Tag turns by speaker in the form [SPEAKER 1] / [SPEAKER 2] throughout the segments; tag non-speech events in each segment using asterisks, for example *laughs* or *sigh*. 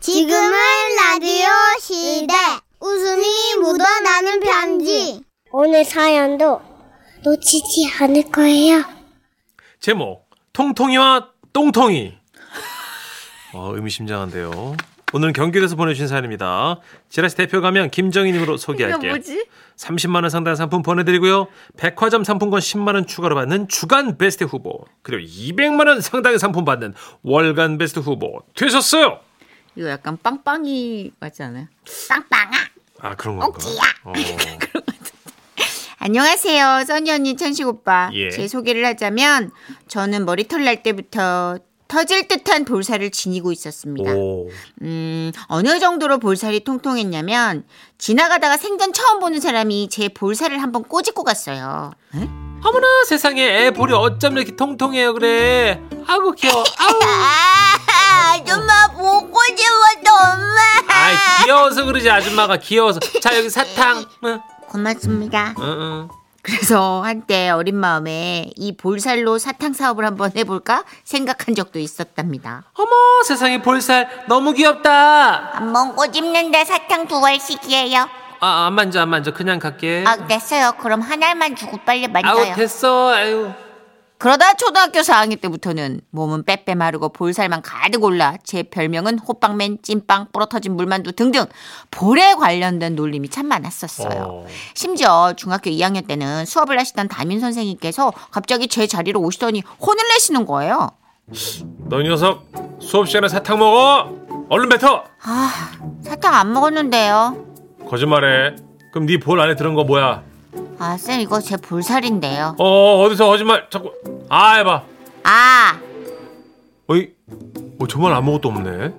[SPEAKER 1] 지금은 라디오 시대. 웃음이 묻어나는 편지.
[SPEAKER 2] 오늘 사연도 놓치지 않을 거예요.
[SPEAKER 3] 제목 통통이와 똥통이 어, 의미심장한데요 오늘은 경기도에서 보내주신 사연입니다 지라시 대표 가면 김정희님으로 소개할게요 30만원 상당의 상품 보내드리고요 백화점 상품권 10만원 추가로 받는 주간 베스트 후보 그리고 200만원 상당의 상품 받는 월간 베스트 후보 되셨어요
[SPEAKER 4] 이거 약간 빵빵이 맞지 않아요?
[SPEAKER 1] 빵빵아.
[SPEAKER 3] 아 그런 건가
[SPEAKER 1] 억지야.
[SPEAKER 3] 어,
[SPEAKER 4] 안녕하세요. 써니 언니, 천식 오빠.
[SPEAKER 3] 예.
[SPEAKER 4] 제 소개를 하자면 저는 머리털 날 때부터 터질 듯한 볼살을 지니고 *laughs* 있었습니다.
[SPEAKER 3] 어. 오,
[SPEAKER 4] 음, 어느 정도로 볼살이 통통했냐면 지나가다가 생전 처음 보는 사람이 제 볼살을 한번 꼬집고 갔어요.
[SPEAKER 3] 어머나 세상에 애 볼이 어쩜 이렇게 통통해요 그래 아구 귀여워 아우
[SPEAKER 1] 아, 아줌마 보고 싶었어, 엄마.
[SPEAKER 3] 아이 귀여워서 그러지 아줌마가 귀여워서 자 여기 사탕 응,
[SPEAKER 4] 고맙습니다.
[SPEAKER 3] 응, 응.
[SPEAKER 4] 그래서 한때 어린 마음에 이 볼살로 사탕 사업을 한번 해볼까 생각한 적도 있었답니다.
[SPEAKER 3] 어머 세상에 볼살 너무 귀엽다
[SPEAKER 1] 한번 꼬집는데 사탕 두 알씩이에요.
[SPEAKER 3] 아 안 만져 안 만져 그냥 갈게
[SPEAKER 4] 아, 됐어요. 그럼 하나만 주고 빨리
[SPEAKER 3] 아우 됐어 아유
[SPEAKER 4] 그러다 초등학교 4학년 때부터는 몸은 빼빼 마르고 볼살만 가득 올라 제 별명은 호빵맨, 찐빵, 부러터진 물만두 등등 볼에 관련된 놀림이 참 많았었어요.
[SPEAKER 3] 어.
[SPEAKER 4] 심지어 중학교 2학년 때는 수업을 하시던 담임 선생님께서 갑자기 제 자리로 오시더니 혼을 내시는 거예요.
[SPEAKER 3] 너 녀석 수업 시간에 사탕 먹어 얼른 뱉어
[SPEAKER 4] 아, 사탕 안 먹었는데요.
[SPEAKER 3] 거짓말해 그럼 네 볼 안에 들은 거 뭐야
[SPEAKER 4] 아, 쌤 이거 제 볼살인데요.
[SPEAKER 3] 어 어디서 거짓말 자꾸 아 해봐
[SPEAKER 4] 아,
[SPEAKER 3] 어이 어, 정말 아무것도 없네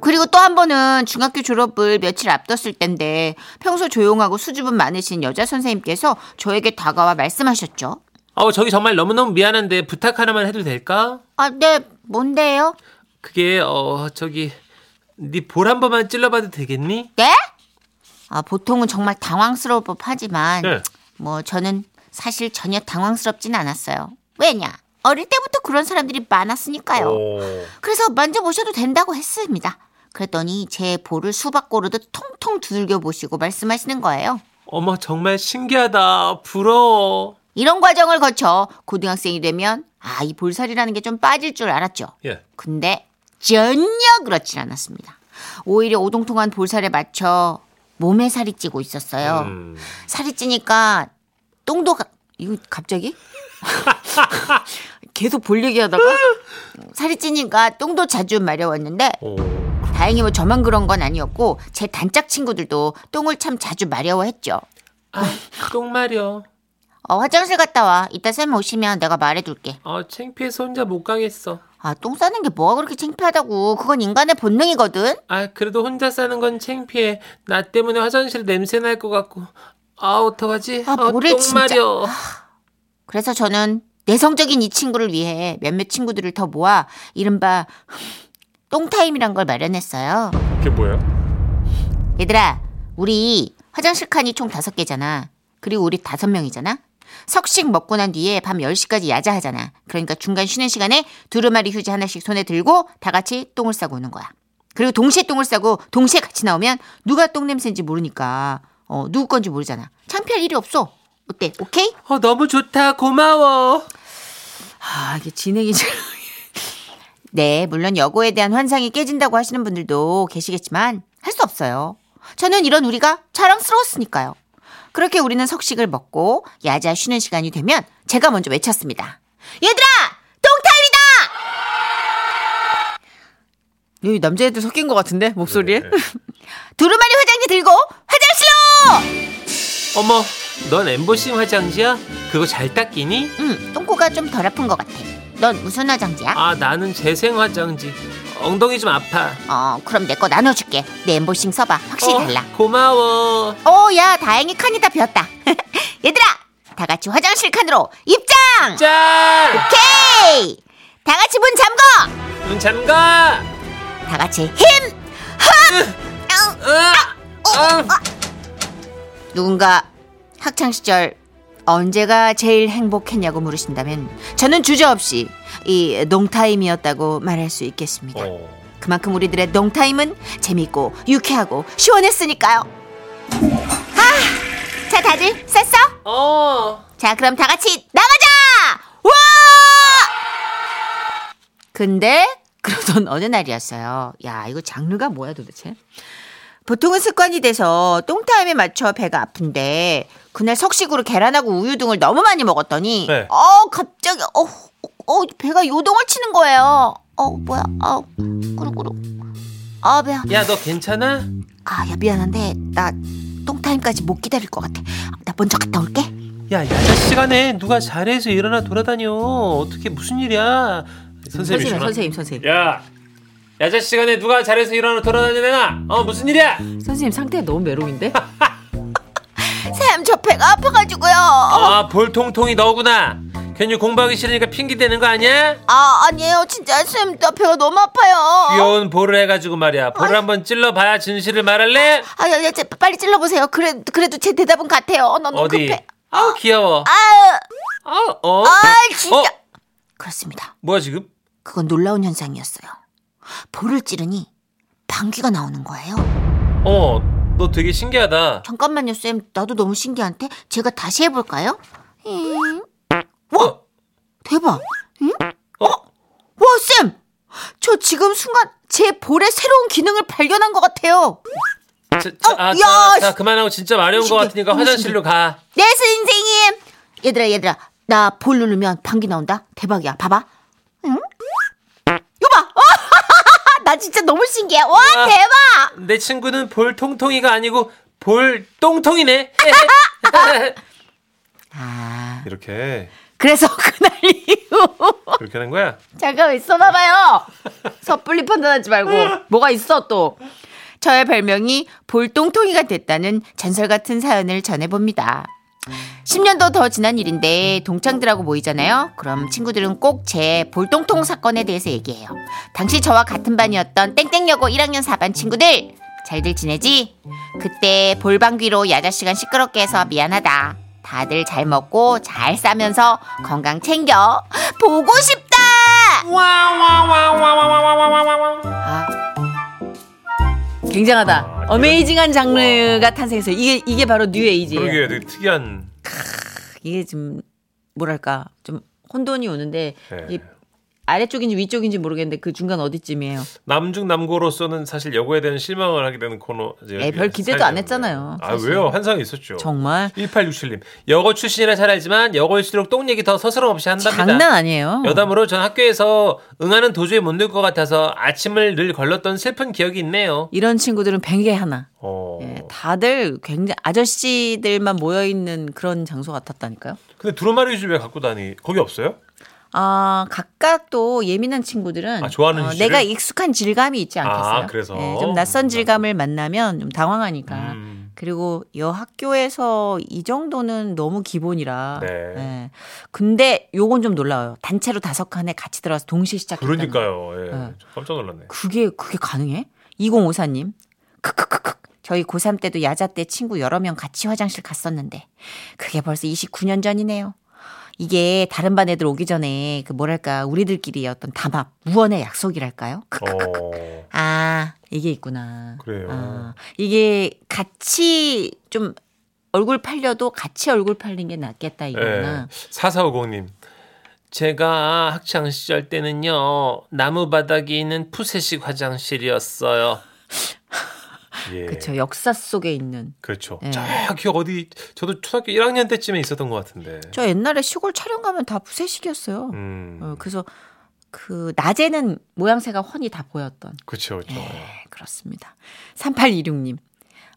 [SPEAKER 4] 그리고 또 한 번은 중학교 졸업을 며칠 앞뒀을 때인데 평소 조용하고 수줍음 많으신 여자 선생님께서 저에게 다가와 말씀하셨죠.
[SPEAKER 3] 어 저기 정말 너무너무 미안한데 부탁 하나만 해도 될까
[SPEAKER 4] 아, 네, 뭔데요?
[SPEAKER 3] 그게 어 저기 네 볼 한 번만 찔러봐도 되겠니
[SPEAKER 4] 네? 아, 보통은 정말 당황스러울 법하지만
[SPEAKER 3] 네.
[SPEAKER 4] 뭐 저는 사실 전혀 당황스럽진 않았어요. 왜냐? 어릴 때부터 그런 사람들이 많았으니까요.
[SPEAKER 3] 어.
[SPEAKER 4] 그래서 만져보셔도 된다고 했습니다. 그랬더니 제 볼을 수박 고르듯 통통 두들겨 보시고 말씀하시는 거예요.
[SPEAKER 3] 어머 정말 신기하다 부러워
[SPEAKER 4] 이런 과정을 거쳐 고등학생이 되면 아, 이 볼살이라는 게 좀 빠질 줄 알았죠.
[SPEAKER 3] 예
[SPEAKER 4] 근데 전혀 그렇진 않았습니다. 오히려 오동통한 볼살에 맞춰 몸에 살이 찌고 있었어요.
[SPEAKER 3] 음.
[SPEAKER 4] 살이 찌니까 똥도 가... 이거 갑자기? 계속 볼 얘기하다가 살이 찌니까 똥도 자주 마려웠는데
[SPEAKER 3] 오.
[SPEAKER 4] 다행히 뭐 저만 그런 건 아니었고 제 단짝 친구들도 똥을 참 자주 마려워했죠.
[SPEAKER 3] 아, 똥마려.
[SPEAKER 4] 어, 화장실 갔다 와. 이따 쌤 오시면 내가 말해둘게.
[SPEAKER 3] 아, 창피해서 혼자 못 가겠어.
[SPEAKER 4] 아, 똥 싸는 게 뭐가 그렇게 창피하다고. 그건 인간의 본능이거든.
[SPEAKER 3] 아, 그래도 혼자 싸는 건 창피해. 나 때문에 화장실 냄새 날 것 같고. 아, 어떡하지?
[SPEAKER 4] 아,
[SPEAKER 3] 아,
[SPEAKER 4] 뭐래, 진짜.
[SPEAKER 3] 똥마려.
[SPEAKER 4] 그래서 저는 내성적인 이 친구를 위해 몇몇 친구들을 더 모아 이른바 똥타임이란 걸 마련했어요.
[SPEAKER 3] 그게 뭐야?
[SPEAKER 4] 얘들아, 우리 화장실 칸이 총 다섯 개잖아. 그리고 우리 다섯 명이잖아. 석식 먹고 난 뒤에 밤 10시까지 야자하잖아. 그러니까 중간 쉬는 시간에 두루마리 휴지 하나씩 손에 들고 다 같이 똥을 싸고 오는 거야. 그리고 동시에 똥을 싸고 동시에 같이 나오면 누가 똥 냄새인지 모르니까 어, 누구 건지 모르잖아. 창피할 일이 없어. 어때? 오케이?
[SPEAKER 3] 어, 너무 좋다. 고마워.
[SPEAKER 4] 아, 이게 진행이 잘. *laughs* 네, 물론 여고에 대한 환상이 깨진다고 하시는 분들도 계시겠지만 할 수 없어요. 저는 이런 우리가 자랑스러웠으니까요. 그렇게 우리는 석식을 먹고 야자 쉬는 시간이 되면 제가 먼저 외쳤습니다. 얘들아, 똥타임이다! 여기 남자애들 섞인 것 같은데 목소리에 *laughs* 두루마리 화장지 들고 화장실로!
[SPEAKER 3] 어머, 넌 엠보싱 화장지야? 그거 잘 닦이니?
[SPEAKER 4] 응, 음, 똥꼬가 좀 덜 아픈 것 같아. 넌 무슨 화장지야?
[SPEAKER 3] 아, 나는 재생 화장지. 엉덩이 좀 아파.
[SPEAKER 4] 어, 그럼 내 거 나눠줄게. 내 엠보싱 써봐. 확실히
[SPEAKER 3] 어,
[SPEAKER 4] 달라.
[SPEAKER 3] 고마워.
[SPEAKER 4] 오, 야, 다행히 칸이 다 비었다. *laughs* 얘들아, 다 같이 화장실 칸으로 입장!
[SPEAKER 3] 짠!
[SPEAKER 4] 오케이! 다 같이 문 잠궈!
[SPEAKER 3] 눈 잠가!
[SPEAKER 4] 다 같이 힘!
[SPEAKER 5] 어?
[SPEAKER 3] 으악! 응.
[SPEAKER 4] 누군가 학창시절 언제가 제일 행복했냐고 물으신다면 저는 주저없이 이 농타임이었다고 말할 수 있겠습니다.
[SPEAKER 3] 어.
[SPEAKER 4] 그만큼 우리들의 농타임은 재미있고 유쾌하고 시원했으니까요. 아, 자 다들 셌어?
[SPEAKER 5] 어.
[SPEAKER 4] 자 그럼 다 같이 나가자! 와! 근데 그러던 어느 날이었어요. 야 이거 장르가 뭐야 도대체? 보통은 습관이 돼서 똥타임에 맞춰 배가 아픈데 그날 석식으로 계란하고 우유 등을 너무 많이 먹었더니
[SPEAKER 3] 네.
[SPEAKER 4] 어 갑자기 어, 어 배가 요동을 치는 거예요. 어 뭐야? 아 꾸룩꾸룩. 아 배야.
[SPEAKER 5] 야, 너 괜찮아?
[SPEAKER 4] 아 야 미안한데 나 똥타임까지 못 기다릴 것 같아. 나 먼저 갔다 올게.
[SPEAKER 5] 야, 야자 시간에 누가 자리에서 일어나 돌아다녀. 어떻게 무슨 일이야?
[SPEAKER 3] 선생님이시구나.
[SPEAKER 4] 선생님 선생님.
[SPEAKER 5] 야. 야자 시간에 누가 자리에서 일어나 돌아다니나? 어, 무슨 일이야?
[SPEAKER 4] 선생님 상태 너무 메롱인데? *laughs* 쌤, 저 배가 아파가지고요.
[SPEAKER 3] 어?
[SPEAKER 4] 아,
[SPEAKER 5] 아, 볼통통이 너구나. 괜히 공부하기 싫으니까 핑계 대는 거 아니야?
[SPEAKER 4] 아니에요. 진짜 쌤, 나 배가 너무 아파요.
[SPEAKER 5] 귀여운 볼을 해가지고 말이야. 볼을 한번 찔러봐야 진실을 말할래?
[SPEAKER 4] 아, 야, 야, 제, 빨리 찔러보세요. 그래, 그래도 제 대답은 같아요. 어, 나 너무
[SPEAKER 5] 어디?
[SPEAKER 4] 급해.
[SPEAKER 5] 아우 귀여워.
[SPEAKER 4] 아,
[SPEAKER 5] 아우 어?
[SPEAKER 4] 아, 진짜.
[SPEAKER 5] 어?
[SPEAKER 4] 그렇습니다.
[SPEAKER 5] 뭐야 지금?
[SPEAKER 4] 그건 놀라운 현상이었어요. 볼을 찌르니 방귀가 나오는 거예요.
[SPEAKER 5] 어, 너 되게 신기하다.
[SPEAKER 4] 잠깐만요, 쌤. 나도 너무 신기한데 제가 다시 해볼까요?
[SPEAKER 5] 와,
[SPEAKER 4] 대박.
[SPEAKER 5] 어? 어?
[SPEAKER 4] 와, 쌤! 저 지금 순간 제 볼에 새로운 기능을 발견한 것 같아요.
[SPEAKER 5] 자, 자,
[SPEAKER 4] 어,
[SPEAKER 5] 아,
[SPEAKER 4] 야,
[SPEAKER 5] 자, 자, 그만하고 진짜 마려운 것
[SPEAKER 4] 신기해,
[SPEAKER 5] 같으니까
[SPEAKER 4] 너무
[SPEAKER 5] 화장실로 가.
[SPEAKER 4] 네 선생님 얘들아 얘들아 나 볼 누르면 방귀 나온다 대박이야 봐봐 응? 이거 *laughs* 봐나 진짜 너무 신기해 와 대박
[SPEAKER 5] 내 친구는 볼통통이가 아니고 볼똥통이네.
[SPEAKER 4] *laughs* 아
[SPEAKER 3] 이렇게
[SPEAKER 4] 그래서 *laughs* 그날 이후
[SPEAKER 3] 이렇게 하는 거야.
[SPEAKER 4] 잠깐 있어봐봐요 섣불리 판단하지 말고 뭐가 있어 또 저의 별명이 볼똥통이가 됐다는 전설 같은 사연을 전해봅니다 10년도 더 지난 일인데 동창들하고 모이잖아요. 그럼 친구들은 꼭 제 볼똥통 사건에 대해서 얘기해요. 당시 저와 같은 반이었던 땡땡여고 1학년 4반 친구들 잘들 지내지? 그때 볼방귀로 야자 시간 시끄럽게 해서 미안하다. 다들 잘 먹고 잘 싸면서 건강 챙겨 보고 싶다. 아. 굉장하다. 어메이징한 장르가 탄생했어요. 이게 이게 바로 뉴 에이지예요.
[SPEAKER 3] 그러게 되게 특이한.
[SPEAKER 4] 이게 좀 뭐랄까 좀 혼돈이 오는데
[SPEAKER 3] 네.
[SPEAKER 4] 이 아래쪽인지 위쪽인지 모르겠는데 그 중간 어디쯤이에요?
[SPEAKER 3] 남중 남고로서는 사실 여고에 대한 실망을 하게 되는 코너.
[SPEAKER 4] 에이, 별 기대도 안 했잖아요,
[SPEAKER 3] 아
[SPEAKER 4] 사실.
[SPEAKER 3] 왜요? 환상이 있었죠.
[SPEAKER 4] 정말
[SPEAKER 3] 1867님.
[SPEAKER 5] 여고 출신이라 잘 알지만 여고일수록 똥 얘기 더 서스럼 없이 한답니다.
[SPEAKER 4] 장난 아니에요.
[SPEAKER 5] 여담으로 전 학교에서 응하는 도저히 못 늘 것 같아서 아침을 늘 걸렀던 슬픈 기억이 있네요.
[SPEAKER 4] 이런 친구들은 뱅개 하나.
[SPEAKER 3] 어.
[SPEAKER 4] 예, 다들 굉장히 아저씨들만 모여 있는 그런 장소 같았다니까요.
[SPEAKER 3] 근데 두루마리 집 왜 갖고 다니? 거기 없어요?
[SPEAKER 4] 아 각각 또 예민한 친구들은
[SPEAKER 3] 아, 좋아하는
[SPEAKER 4] 어,
[SPEAKER 3] 시를?
[SPEAKER 4] 내가 익숙한 질감이 있지 않겠어요?
[SPEAKER 3] 아, 그래서?
[SPEAKER 4] 예, 좀 낯선 질감을 만나면 좀 당황하니까.
[SPEAKER 3] 음.
[SPEAKER 4] 그리고 여 학교에서 이 정도는 너무 기본이라.
[SPEAKER 3] 네.
[SPEAKER 4] 예. 근데 요건 좀 놀라워요. 단체로 다섯 칸에 같이 들어와서 동시에 시작했다는. 거.
[SPEAKER 3] 그러니까요. 예.
[SPEAKER 4] 네.
[SPEAKER 3] 깜짝 놀랐네.
[SPEAKER 4] 그게 그게 가능해? 2054님. 크크크크. 저희 고3 때도 야자 때 친구 여러 명 같이 화장실 갔었는데 그게 벌써 29년 전이네요. 이게 다른 반 애들 오기 전에 그 뭐랄까 우리들끼리 어떤 담합, 무언의 약속이랄까요? 크크크크.
[SPEAKER 3] 어.
[SPEAKER 4] 아, 이게 있구나.
[SPEAKER 3] 그래요.
[SPEAKER 4] 아, 이게 같이 좀 얼굴 팔려도 같이 얼굴 팔린 게 낫겠다
[SPEAKER 3] 예.
[SPEAKER 4] 이거구나.
[SPEAKER 3] 4450님.
[SPEAKER 5] 제가 학창 시절 때는요 나무 바닥이 있는 푸세식 화장실이었어요.
[SPEAKER 3] *laughs* 예.
[SPEAKER 4] 그렇죠. 역사 속에 있는
[SPEAKER 3] 그렇죠.
[SPEAKER 4] 예.
[SPEAKER 3] 저기 어디 저도 초등학교 1학년 때쯤에 있었던 것 같은데.
[SPEAKER 4] 저 옛날에 시골 촬영 가면 다 부세식이었어요.
[SPEAKER 3] 음.
[SPEAKER 4] 어, 그래서 그 낮에는 모양새가 훤히 다 보였던.
[SPEAKER 3] 그렇죠. 그렇죠.
[SPEAKER 4] 네, 그렇습니다. 3826님.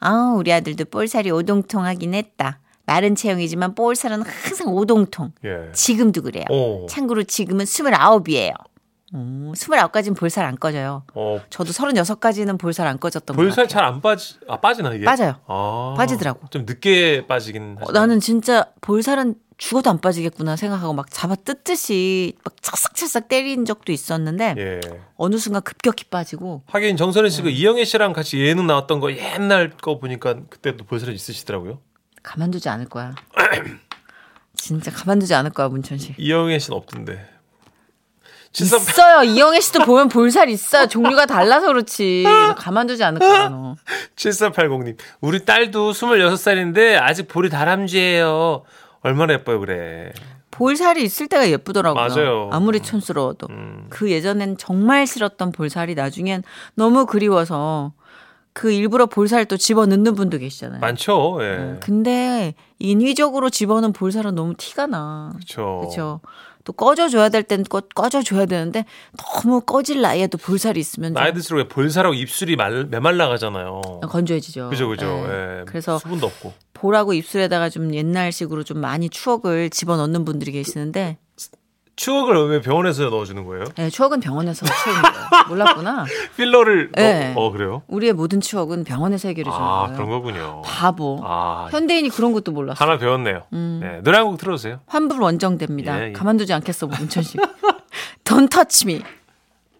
[SPEAKER 4] 아우, 우리 아들도 볼살이 오동통 하긴 했다. 마른 체형이지만 볼살은 항상 오동통.
[SPEAKER 3] 예. 어.
[SPEAKER 4] 지금도 그래요.
[SPEAKER 3] 오.
[SPEAKER 4] 참고로 지금은 29이에요. 오, 29까지는 볼살 안 꺼져요.
[SPEAKER 3] 어.
[SPEAKER 4] 저도 36까지는 볼살 안 꺼졌던 것
[SPEAKER 3] 볼살
[SPEAKER 4] 같아요.
[SPEAKER 3] 잘 안 빠지 아 빠지나 이게?
[SPEAKER 4] 빠져요.
[SPEAKER 3] 아.
[SPEAKER 4] 빠지더라고.
[SPEAKER 3] 좀 늦게 빠지긴.
[SPEAKER 4] 어,
[SPEAKER 3] 하지만.
[SPEAKER 4] 나는 진짜 볼살은 죽어도 안 빠지겠구나 생각하고 막 잡아 뜯듯이 막 착싹착싹 때린 적도 있었는데
[SPEAKER 3] 예.
[SPEAKER 4] 어느 순간 급격히 빠지고
[SPEAKER 3] 하긴 정선혜 씨가
[SPEAKER 5] 예.
[SPEAKER 3] 이영애 씨랑 같이 예능 나왔던 거 옛날 거 보니까 그때도 볼살이 있으시더라고요.
[SPEAKER 4] 가만두지 않을 거야. *clears throat* 진짜 가만두지 않을 거야 문천식.
[SPEAKER 3] 이영애 씨는 없던데.
[SPEAKER 6] 진선
[SPEAKER 4] 있어요. 이영애 씨도 보면 볼살 있어요. 종류가 달라서 그렇지. 가만두지 않을 거야, 너.
[SPEAKER 3] 7480님. 우리 딸도 26살인데 아직 볼이 다람쥐예요. 얼마나 예뻐요, 그래.
[SPEAKER 4] 네. 볼살이 있을 때가 예쁘더라고요.
[SPEAKER 3] 맞아요.
[SPEAKER 4] 무리 촌스러워도. 그 예전엔 정말 싫었던 볼살이 나중엔 너무 그리워서 그 일부러 볼살 또 집어 넣는 분도 계시잖아요.
[SPEAKER 3] 많죠? 예.
[SPEAKER 4] 어, 근데 인위적으로 집어넣은 볼살은 너무 티가 나.
[SPEAKER 3] 그렇죠.
[SPEAKER 4] 그렇죠. 또 꺼져줘야 될 땐 꺼져줘야 되는데 너무 꺼질 나이에도 볼살이 있으면 좀
[SPEAKER 3] 나이 들수록 왜 볼살하고 입술이 말, 메말라가잖아요.
[SPEAKER 4] 건조해지죠.
[SPEAKER 3] 어. 그죠, 그죠.
[SPEAKER 4] 예.
[SPEAKER 3] 예.
[SPEAKER 4] 어, 그래서
[SPEAKER 3] 수분도 없고.
[SPEAKER 4] 볼하고 입술에다가 좀 옛날식으로 좀 많이 추억을 집어넣는 분들이 계시는데
[SPEAKER 3] 추억을 왜 병원에서 넣어주는 거예요?
[SPEAKER 4] 예, 추억은 병원에서
[SPEAKER 3] *laughs*
[SPEAKER 4] 채우는 거예요. 몰랐구나.
[SPEAKER 3] 필러를. 넣-
[SPEAKER 4] 예.
[SPEAKER 3] 어, 그래요?
[SPEAKER 4] 우리의 모든 추억은 병원에서 해결해 주는
[SPEAKER 3] 아,
[SPEAKER 4] 거예요.
[SPEAKER 3] 그런 거군요.
[SPEAKER 4] 바보.
[SPEAKER 3] 아,
[SPEAKER 4] 네. 현대인이 음. 그런 것도 몰랐어.
[SPEAKER 3] 하나 배웠네요. 네, 노래 한 곡 틀어주세요.
[SPEAKER 4] 환불 원정됩니다.
[SPEAKER 3] 예, 예.
[SPEAKER 4] 가만두지 않겠어, 문천식. *laughs* Don't touch me.